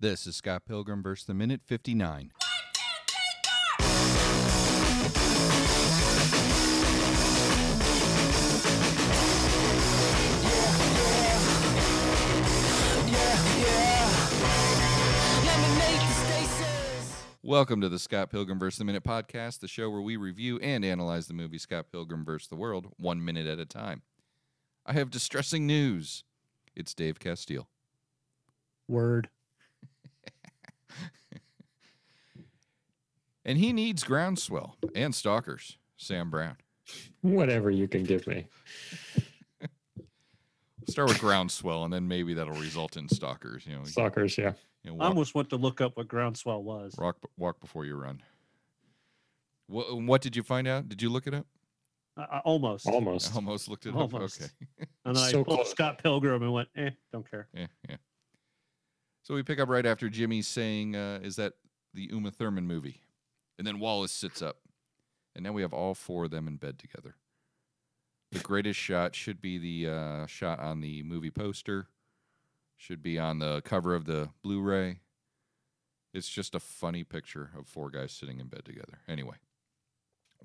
This is Scott Pilgrim versus the Minute 59. Welcome to the Scott Pilgrim vs. the Minute podcast, the show where we review and analyze the movie Scott Pilgrim vs. the World one minute at a time. I have distressing news. It's Dave Castile. Word. And he needs groundswell and stalkers, Sam Brown. Whatever you can give me. Start with groundswell, and then maybe that'll result in stalkers. You know, Suckers, yeah. you know, I walk, almost went to look up what groundswell was. rock, walk before you run. What, what did you find out? Did you look it up? I, I- almost. I Almost. almost looked it Almost. up. Okay. And then I So pulled close. Scott Pilgrim and went, eh, don't care. Yeah, yeah. So we pick up right after Jimmy's saying, uh, "Is that the Uma Thurman movie?" And then Wallace sits up, and now we have all four of them in bed together. The greatest shot should be the uh, shot on the movie poster. Should be on the cover of the Blu-ray. It's just a funny picture of four guys sitting in bed together. Anyway,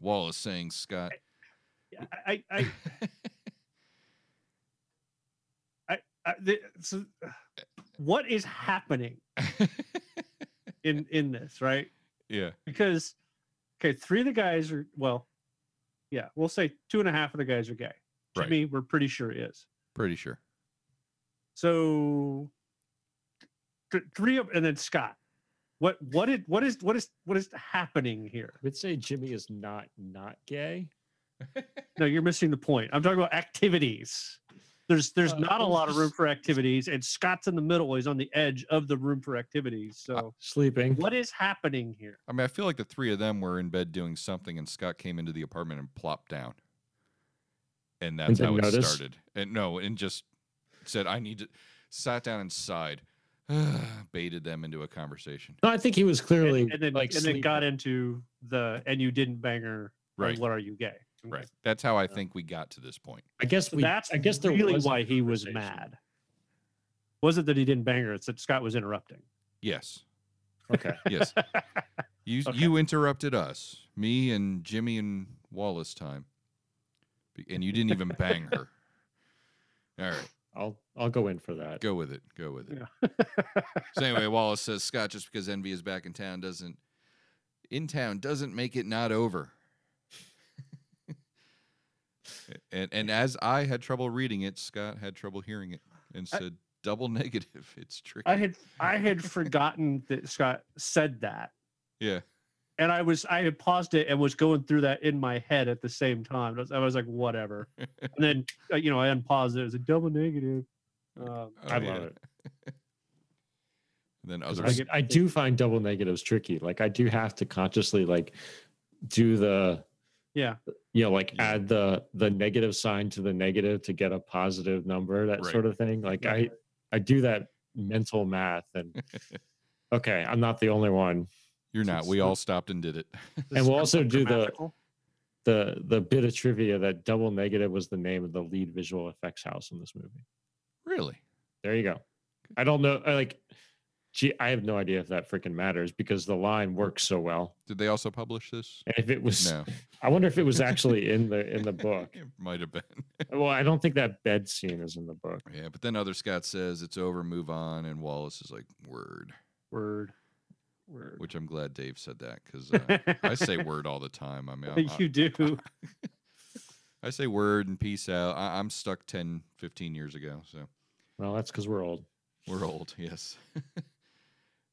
Wallace saying, "Scott, Yeah, I, I, I, I th- so, what is happening in in this, right? yeah, Because okay, three of the guys are well, yeah, we'll say two and a half of the guys are gay. To Right. me, we're pretty sure is. pretty sure." So th- three of and then Scott. What what did what is what is what is happening here? I would say Jimmy is not not gay. No, you're missing the point. I'm talking about activities. There's there's Uh, not a it's lot of room just- for activities, and Scott's in the middle. He's on the edge of the room for activities. So Uh, Sleeping. what is happening here? I mean, I feel like the three of them were in bed doing something, and Scott came into the apartment and plopped down, and that's didn't how it notice? started. And no, and just said, "I need to," sat down and sighed, baited them into a conversation. No, I think he was And- clearly And, then like and then got sleeping. into the and you didn't bang her. and Right, What are you gay? Okay. right. That's how I think we got to this point. I guess So we. that's I guess there really was a why he was conversation. mad. Wasn't that he didn't bang her? It's that Scott was interrupting. Yes, Okay. yes. you Okay. you interrupted us, me and Jimmy and Wallace time, Be- and you didn't even bang her. All right. I'll I'll go in for that. Go with it. Go with it. Yeah. so anyway, Wallace says Scott, just because Envy is back in town doesn't in town doesn't make it not over. and and as I had trouble reading it, Scott had trouble hearing it and I- said double negative. It's tricky. I had I had forgotten that Scott said that. yeah. and I was I had paused it and was going through that in my head at the same time. I was, I was like, whatever. and then uh, you know I unpaused it. It was a double negative. Um, Oh, I love yeah. it. And then 'Cause other I, s- get- I do find double negatives tricky. Like I do have to consciously like do the yeah, you know like Yeah. add the the negative sign to the negative to get a positive number that Right. sort of thing like i i do that mental math and okay i'm not the only one you're not. We all stopped and did it. and we'll also do the Grammatical. the the bit of trivia that double negative was the name of the lead visual effects house in this movie really? there you go i don't know I like gee i have no idea if that freaking matters because the line works so well Did they also publish this? and if it was No. i wonder if it was actually in the in the book it might have been. well i don't think that bed scene is in the book Yeah, but then other Scott says it's over, move on, and Wallace is like, word. word. Word. Which I'm glad Dave said that because uh, I say word all the time. I mean, I'm- I, you do. I say word and peace out. I, I'm stuck 10, 15 years ago, so well that's because we're old we're old. Yes,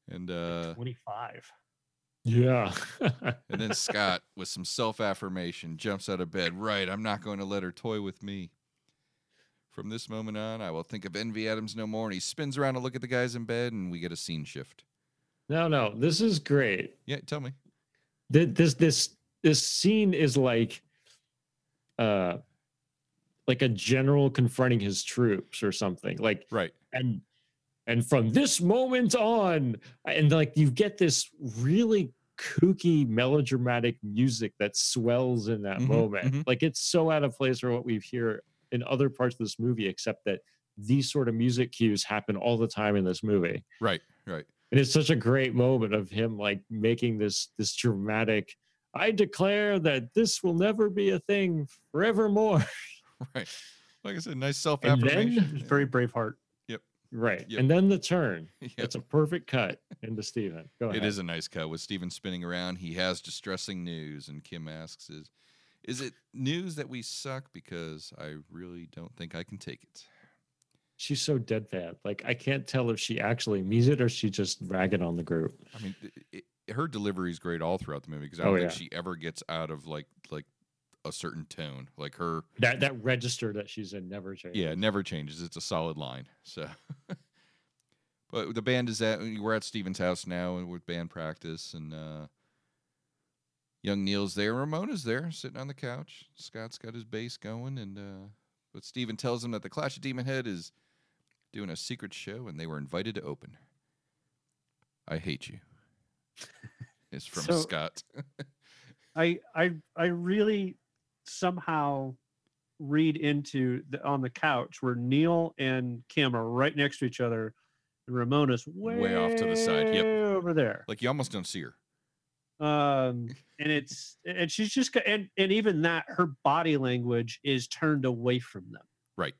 and uh, Twenty five. Yeah. and then Scott with some self affirmation jumps out of bed. Right, I'm not going to let her toy with me. From this moment on, I will think of Envy Adams no more. And he spins around to look at the guys in bed, and we get a scene shift. no, no, this is great. Yeah, tell me. Th- This this this scene is like uh like a general confronting his troops or something. Like Right. and and from this moment on and like you get this really kooky melodramatic music that swells in that Mhm, moment. mhm. Like it's so out of place for what we hear in other parts of this movie except that these sort of music cues happen all the time in this movie. Right, right. and it's such a great moment of him like making this this dramatic i declare that this will never be a thing forevermore Right. Like I said, nice self And then- affirmation. It's very brave heart. right Yep. and then the turn Yeah. it's a perfect cut into steven go ahead It is a nice cut with Steven spinning around. He has distressing news, and Kim asks, "Is is it news that we suck? Because I really don't think I can take it." she's so deadpan like i can't tell if she actually means it or she just ragging on the group I mean, th- it, her delivery is great all throughout the movie because I Oh, don't think yeah. she ever gets out of like like a certain tone. Like her, that that register that she's in never changes yeah, it never changes. It's a solid line. So, but the band is at we're at Steven's house now, and with band practice, and uh, young Neil's there, Ramona's there, sitting on the couch. Scott's got his bass going, and uh, but Steven tells him that the Clash of Demon Head is doing a secret show, and they were invited to open. I hate you. It's from So- Scott. I I I really somehow read into the on the couch where Neil and Kim are right next to each other, and Ramona's way, Way off to the side, yep. over there. Like you almost don't see her. Um, and it's and she's just got- and and even that her body language is turned away from them. Right.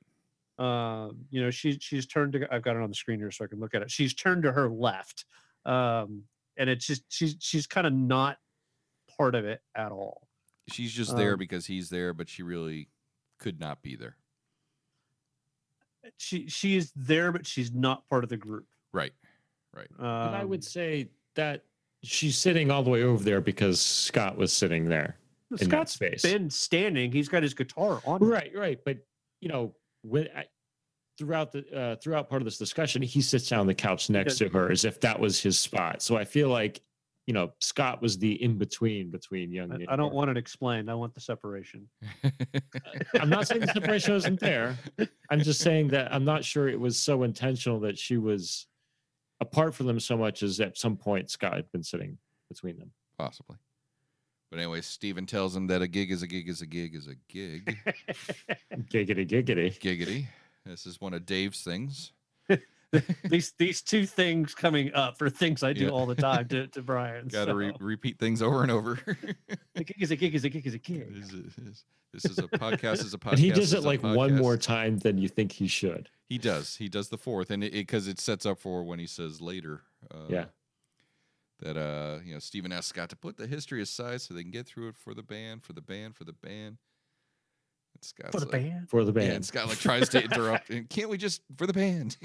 um, you know, she she's turned to. I've got it on the screen here so I can look at it. She's turned to her left, um, and it's just she's she's kind of not part of it at all. She's just there Um, because he's there, but she really could not be there. She she is there, but she's not part of the group. Right. Um, but i would say that she's sitting all the way over there because scott was sitting there Um, in that Scott's space been standing. He's got his guitar on. him. right right but you know when I, throughout the uh, throughout part of this discussion he sits down on the couch next to her as if that was his spot so i feel like you know scott was the in between between young I- and I, don't Mark. want it explained. I want the separation. i'm not saying the separation wasn't there i'm just saying that i'm not sure it was so intentional that she was apart from them so much as at some point scott had been sitting between them Possibly. But anyway, Steven tells him that a gig is a gig is a gig is a gig. giggity giggity Giggity. This is one of Dave's things. these these two things coming up are things I do Yeah. all the time to, to Brian. Got to re- so. repeat things over and over. the gig is a gig is a gig is a gig. this, is, this- this is a podcast is a podcast. and he does is it a like one more podcast. time than you think he should He does. He does the fourth, and it because it, sets up for when he says later. Uh, Yeah. That uh, you know, Steven asks Scott to put the history aside so they can get through it for the band, for the band, for the band. And Scott's For the like, band. for the Yeah, band and Scott like tries to interrupt. And can't we just for the band?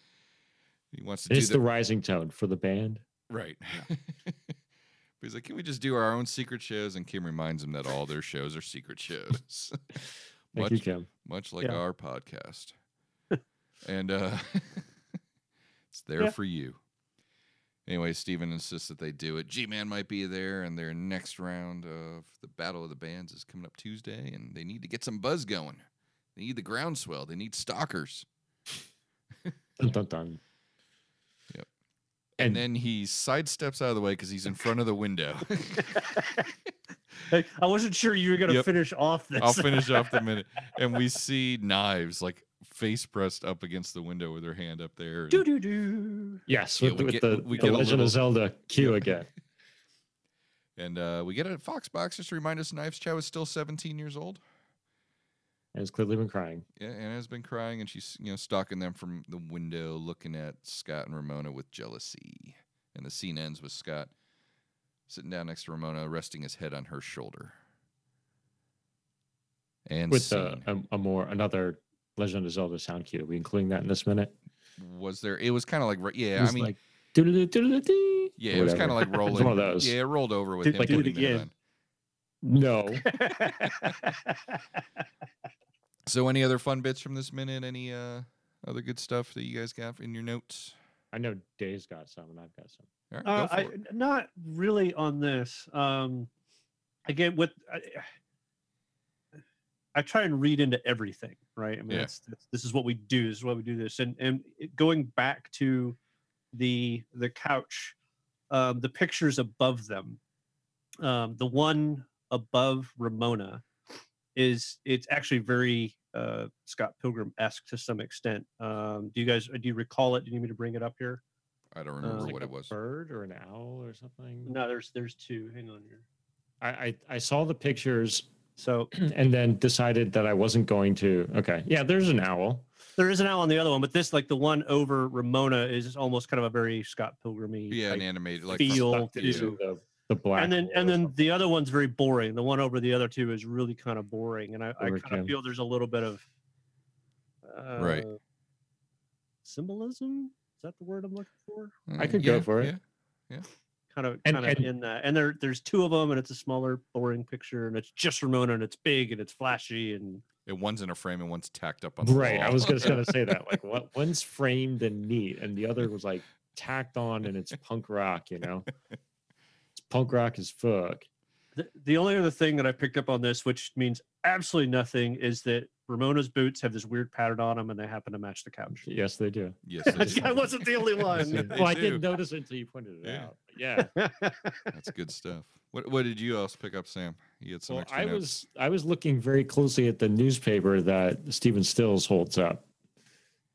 he wants to And do it's the rising tone for the band. Right. but he's like, can we just do our own secret shows? And Kim reminds him that all their shows are secret shows, much Thank you, Kim. much like Yeah. our podcast. and uh, it's there Yeah. for you. Anyway, Steven insists that they do it. G Man might be there, and their next round of the Battle of the Bands is coming up Tuesday, and they need to get some buzz going. They need the groundswell, they need stalkers. Dun, dun, dun. Yep. And, And then he sidesteps out of the way because he's in front of the window. Hey, I wasn't sure you were gonna Yep. finish off this. I'll finish off the minute. And we see knives like face pressed up against the window with her hand up there. and- do do do. yes, Yeah, with, we with get- the, we the get a Legend little- of Zelda cue Yeah. again. And uh, we get a Fox box just to remind us Knives Chow is still 17 years old And it's clearly been crying. yeah, and has been crying. And she's, you know, stalking them from the window, looking at Scott and Ramona with jealousy. And the scene ends with Scott sitting down next to Ramona, resting his head on her shoulder. And With uh, a, scene. a, a more another Legend of Zelda sound cue. Are we including that in this minute? was there, it was kind of like, ri- It yeah, I was mean, like, "Doo-doo-doo-doo-doo-doo," yeah, or it was whatever. kind of like rolling. one of those. Yeah, it rolled over with Dude, him. like, do it putting that again. on. no. So, any other fun bits from this minute? Any uh, other good stuff that you guys got in your notes? I know Dave's got some and I've got some. All right, uh, go for I, it. n- not really on this. Um, again, with I, I try and read into everything, right? I mean, Yeah. that's, that's, this is what we do. This is why we do this. And and it- going back to the the couch, um, the pictures above them, um, the one above Ramona is it's actually very uh, Scott Pilgrim esque to some extent. Um, do you guys do you recall it? Do you need me to bring it up here? I don't remember like what a it was. bird or an owl or something. No, there's there's two. Hang on here. I, I I saw the pictures So and then decided that I wasn't going to. Okay, yeah, there's an owl. there is an owl on the other one, but this like the one over Ramona is almost kind of a very Scott Pilgrimy. Yeah, type. an animated like feel stuck to- into- the, the black. and then hole and or then something. the other one's very boring. The one over the other two is really kind of boring, and I, I kind Overkill. of feel there's a little bit of uh, Right. symbolism. Is that the word I'm looking for? I Mm, could go yeah, for it. yeah. Kind of, And- kind and- of in that. And there, there's two of them, and it's a smaller, boring picture, and it's just Ramona, and it's big, and it's flashy, and And one's in a frame and one's tacked up on the Right, I wall. was just gonna say that. Like, what one's framed and neat, and the other was like tacked on, and it's punk rock. You know, it's punk rock as fuck. The, the only other thing that I picked up on this, which means absolutely nothing, is that Ramona's boots have this weird pattern on them and they happen to match the couch. Yes, they do. yes, That's- it I is. wasn't the only Yeah, one. Oh, they well, I do. didn't notice it until you pointed it Yeah. out. but yeah. that's good stuff. What what did you else pick up, Sam? You had some Well, extra I notes. was I was looking very closely at the newspaper that Stephen Stills holds up,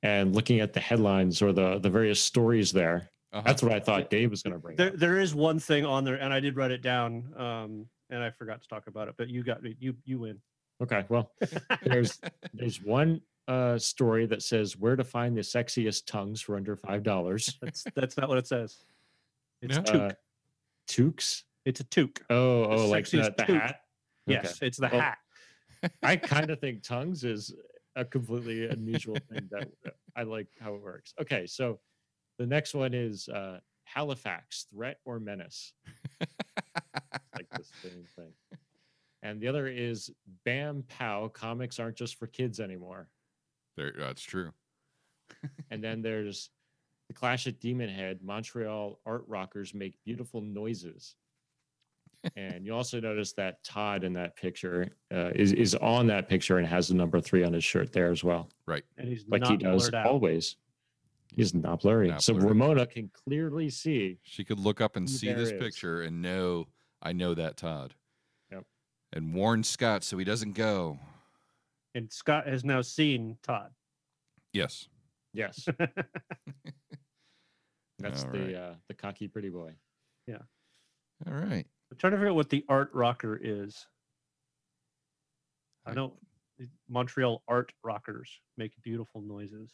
and looking at the headlines or the the various stories there. Uh-huh. That's what I thought Dave was going to bring. there, up. there is one thing on there, and I did write it down, um, and I forgot to talk about it. But you got me. You you win. Okay, well, there's there's one uh, story that says where to find the sexiest tongues for under five dollars. That's that's not what it says. It's No? toque. Uh, toques. it's a toque. Oh, The oh, like the, sexiest the toque. hat. Okay. Yes, it's the Well, hat. I kind of think tongues is a completely unusual thing that I like how it works. Okay, so the next one is uh, Halifax threat or menace, like this same thing. And the other is Bam Pow comics aren't just for kids anymore. there, that's true. And then there's the Clash at Demon Head Montreal art rockers make beautiful noises. and you also notice that Todd in that picture uh, is is on that picture and has the number three on his shirt there as well. And he's like not he does blurred out. always. He's not blurry. Not so blurry. Ramona can clearly see. She could look up and Who see there this is. picture and know I know that Todd. Yep. And warn Scott so he doesn't go. And Scott has now seen Todd. Yes. Yes, that's All the right. uh, the cocky pretty boy. All right. I'm trying to figure out what the art rocker is. I I- don't. Montreal art rockers make beautiful noises.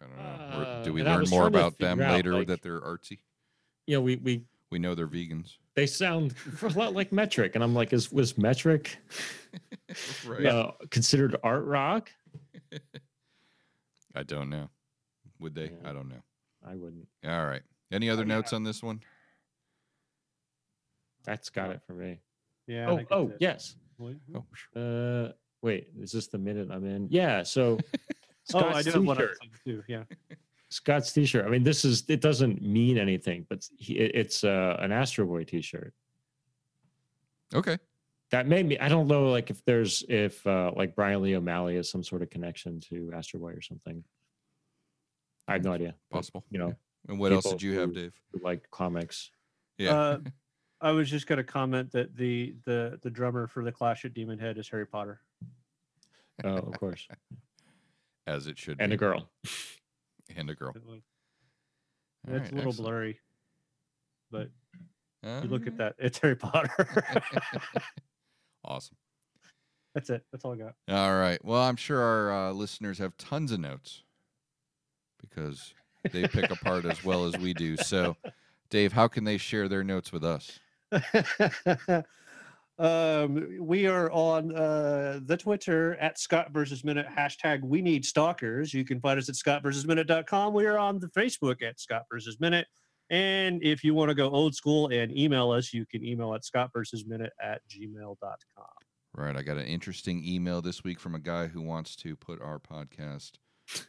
I don't know. Or Uh, Do we and I learn was more trying to about them figure out, later like- that they're artsy? You know, we we We know they're vegans. they sound a lot like metric, and I'm like, is was metric right. uh, considered art rock? I don't know. Would they? Yeah. I don't know. I wouldn't. All right. Any other yeah. notes on this one? That's got it for me. Yeah. I Oh think that's oh it. yes. Wait, Oh, phew. Uh, wait, is this the minute I'm in? Yeah. So Oh, Scott's I do have one other t-shirt- thing too. Yeah. Scott's t-shirt. I mean, this is it doesn't mean anything, but he, it- it's uh, an Astro Boy t-shirt. okay. that made me i don't know like if there's if uh like brian lee o'malley has some sort of connection to astro boy or something i have no idea but, Possible. you know Yeah. And what else people did you have, who- Dave? who like comics Yeah. Uh, I was just going to comment that the the the drummer for the Clash at Demon Head is Harry Potter. oh of course As it should and be. a girl and a girl. It was- All It's right, a little excellent. blurry, but you look Mm-hmm. at All that, it's Harry Potter. right. awesome. That's it. That's all I got. All right. Well, I'm sure our uh, listeners have tons of notes because they pick apart as well as we do. So, Dave, how can they share their notes with us? um, we are on uh, the Twitter at Scott versus Minute hashtag We Need Stalkers. You can find us at scottversusminute.com. We are on the Facebook at Scott versus Minute. And if you want to go old school and email us, you can email at scottversusminute at gmail.com. Right. I got an interesting email this week from a guy who wants to put our podcast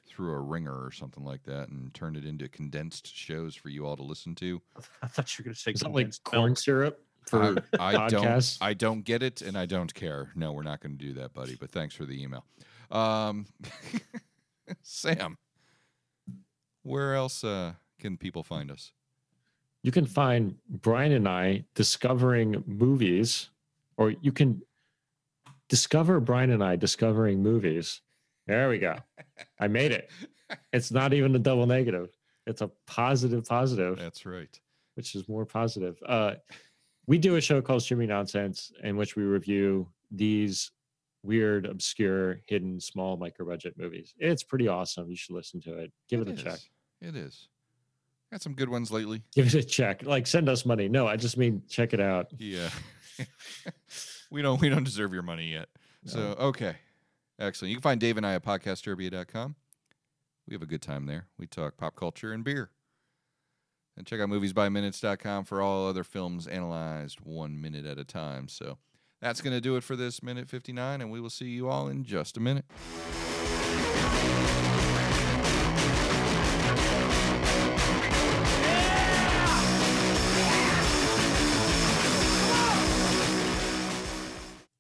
through a ringer or something like that and turn it into condensed shows for you all to listen to. I thought you were going to say is that like condensed corn milk. syrup for I, I don't podcasts I don't get it and I don't care. No, we're not going to do that, buddy, but thanks for the email. Um Sam, where else uh, can people find us? you can find brian and i discovering movies or you can discover brian and i discovering movies there we go i made it it's not even a double negative It's a positive positive, That's right. which is more positive. Uh, we do a show called Streaming Nonsense in which we review these weird, obscure, hidden, small micro budget movies. It's pretty awesome. You should listen to it. Give it, a check. is. It is. Got some good ones lately. Give it a check. Like send us money. No, I just mean check it out. Yeah. uh, we don't we don't deserve your money yet. So No. okay. Excellent. You can find Dave and I at podcastderbia.com. We have a good time there. We talk pop culture and beer. And check out moviesbyminutes.com for all other films analyzed one minute at a time. So that's going to do it for this minute 59, and we will see you all in just a minute.